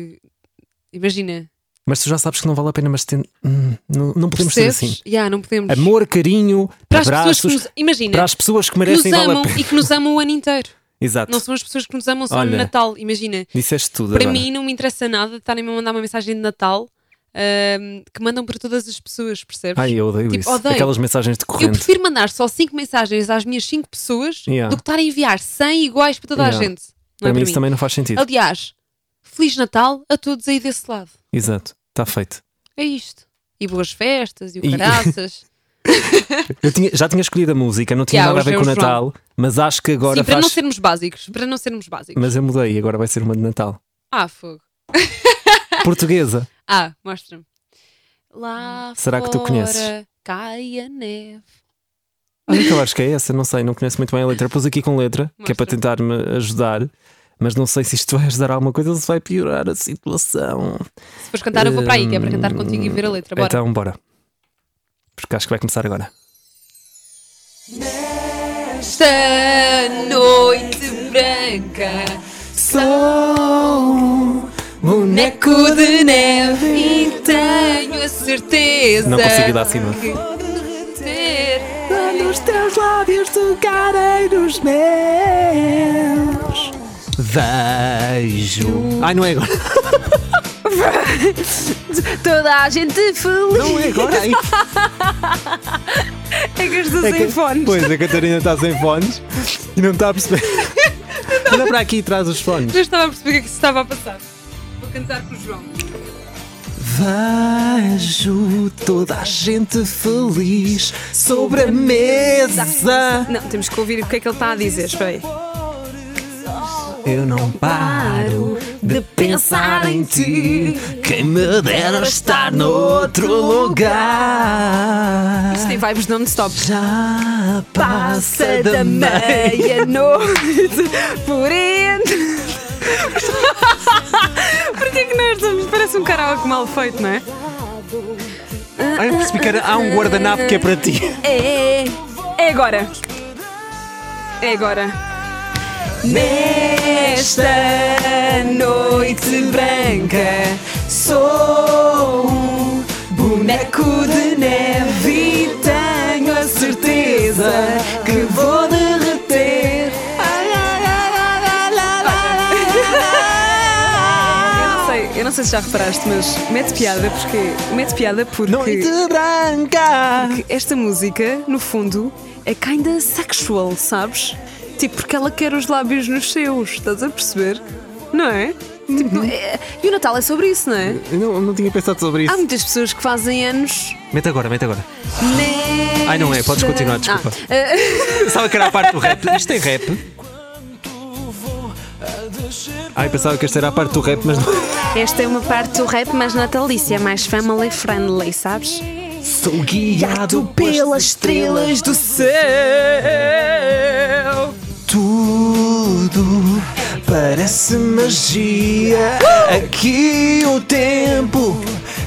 Imagina.
Mas tu já sabes que não vale a pena, mas ten- hum, não, não podemos ser
percebes?
assim.
Yeah, não podemos.
Amor, carinho,
para as
abraços,
pessoas que nos. Imagina.
para as pessoas que
que nos
merecem vale
amam
a pena.
e que nos amam o ano inteiro.
Exato.
Não são as pessoas que nos amam só
Olha,
no Natal. Imagina,
Disseste tudo
para
agora.
mim não me interessa nada estarem-me a mandar uma mensagem de Natal ahm, que mandam para todas as pessoas, percebes?
Ai, eu odeio
Tipo,
isso.
odeio.
Aquelas mensagens de
eu
corrente.
prefiro mandar só 5 mensagens às minhas 5 pessoas
Yeah.
do que estar a enviar 100 iguais para toda
Yeah.
a gente. Não
Para
é
mim
para
isso
mim.
também não faz sentido.
Aliás, Feliz Natal a todos aí desse lado.
Exato. Está feito.
É isto. E boas festas, e o
E-
caraças.
Eu tinha- já tinha escolhido a música, não tinha
Yeah,
nada a
hoje
ver
é
com o
o João.
Natal, mas acho que agora
Sim, para
faz.
não sermos básicos. Para não sermos básicos.
Mas eu mudei, agora vai ser uma de Natal.
Ah, fogo.
Portuguesa.
Ah, mostra-me. Lá
Será que
fora
tu conheces?
Cai a neve.
Olha que eu acho que é essa, não sei, não conheço muito bem a letra. Eu Pus aqui com letra, que é para
Mostra-me.
tentar me ajudar, mas não sei se isto vai ajudar alguma coisa ou se vai piorar a situação.
Se fores cantar, eu vou para aí, que é para cantar contigo e ver a letra. Bora.
Então, bora. Porque acho que vai começar agora. então.
Esta noite branca,
Sou
boneco de neve, e tenho a certeza.
Não consigo ir lá acima.
que vou ter.
nos teus lábios tocarei nos meus. Vejo. Ai, não é agora.
Toda a gente feliz.
Não é agora. Ai,
É que eu estou
É
sem
que-
fones.
Pois, a Catarina está sem fones e não está a perceber. Olha para aqui e traz os fones.
Não estava a perceber o que é que se estava a passar. Vou cantar com o João.
Vejo toda a gente feliz sobre a mesa.
Não, temos que ouvir o que é que ele está a dizer. Espera aí.
Eu não paro de pensar em ti. Quem me dera estar noutro lugar.
Isto tem vibes non-stop.
Já
Passa da meia-noite por entre. Porquê que nós estamos? Parece um karaoke mal feito, não é?
Ah, eu percebi que era- há um guardanapo que é para ti.
É, é agora. É agora. Nesta noite branca sou um boneco de neve e tenho a certeza que vou derreter. Eu não sei, Eu não sei se já reparaste, mas mete piada porque mete piada porque
Noite branca.
esta música, no fundo, é kinda sexual, sabes? Tipo, porque ela quer os lábios nos seus, estás a perceber? Não é? Tipo,
Uhum.
é- E o Natal é sobre isso, não é?
Eu não, não tinha pensado sobre
Há
isso.
muitas pessoas que fazem anos.
Mete agora, mete agora.
Nesta...
Ai, não é, podes continuar, desculpa.
Ah, eh,
Pensava que era a parte do rap. Isto tem rap. Ai, pensava que esta era a parte do rap, mas não.
Esta é uma parte do rap mais natalícia, mais family friendly, sabes?
Sou guiado
do céu.
Tudo parece magia. Aqui o tempo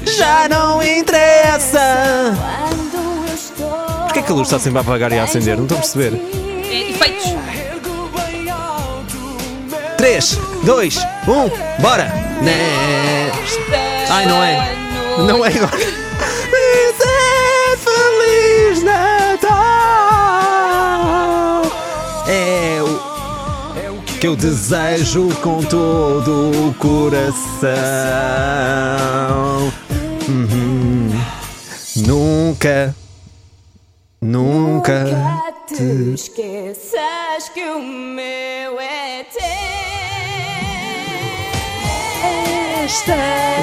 já não interessa. Porquê que a luz está sempre a apagar e a acender? Não estou a perceber.
Efeitos.
3, 2, 1, bora! Né? Ai, não é. Não é agora. Dizer Feliz Natal é o que eu desejo com todo o coração. Uhum. Nunca, nunca.
é
te esqueças que o meu é teu. Esta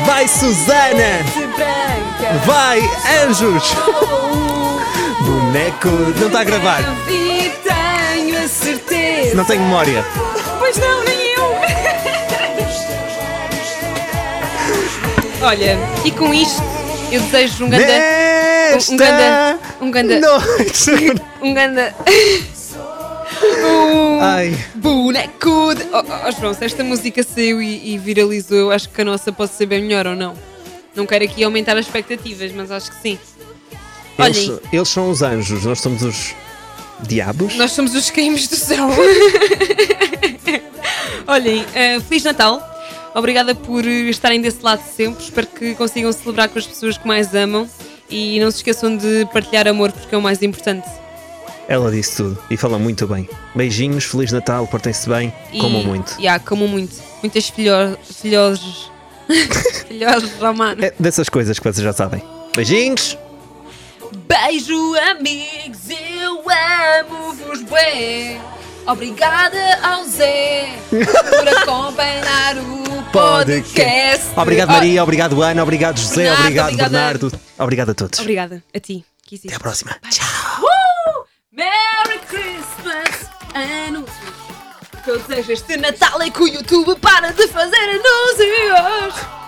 Vai, Susana!
branca
Vai, anjos! Boneco. Não está a gravar,
E tenho a certeza.
não tenho memória.
Pois não, nem eu! Olha, e com isto eu desejo um
Né?
ganda.
Nesta
um ganda- um ganda-
noite.
Um ganda.
Ai,
Boneco de. Oh, oh, João, se esta música saiu e, e viralizou, eu acho que a nossa pode ser bem melhor ou não. Não quero aqui aumentar as expectativas, mas acho que sim.
eles,
Olhem.
eles são os anjos, nós somos os diabos.
Nós somos os caímos do céu. Olhem, eh, Feliz Natal. Obrigada por eh, estarem desse lado sempre. Espero que consigam celebrar com as pessoas que mais amam. E não se esqueçam de partilhar amor, porque é o mais importante.
Ela disse tudo e fala muito bem. Beijinhos, Feliz Natal, portem-se bem,
E,
comam muito.
Yeah, comam muito. Muitas filho- filhoses. filhoses romanos.
É dessas coisas que vocês já sabem. Beijinhos!
Beijo, amigos. Eu amo-vos bem. Obrigada ao Zé por acompanhar o podcast.
Obrigado,
Oh,
Maria, obrigado, Ana, obrigado, José,
Bernardo,
obrigado,
obrigada.
Bernardo. Obrigado a todos.
Oh, Obrigada a ti. Que existe.
Até à próxima.
Uh! Merry Christmas! Anúncios! O que eu desejo este Natal é que o YouTube para de fazer anúncios!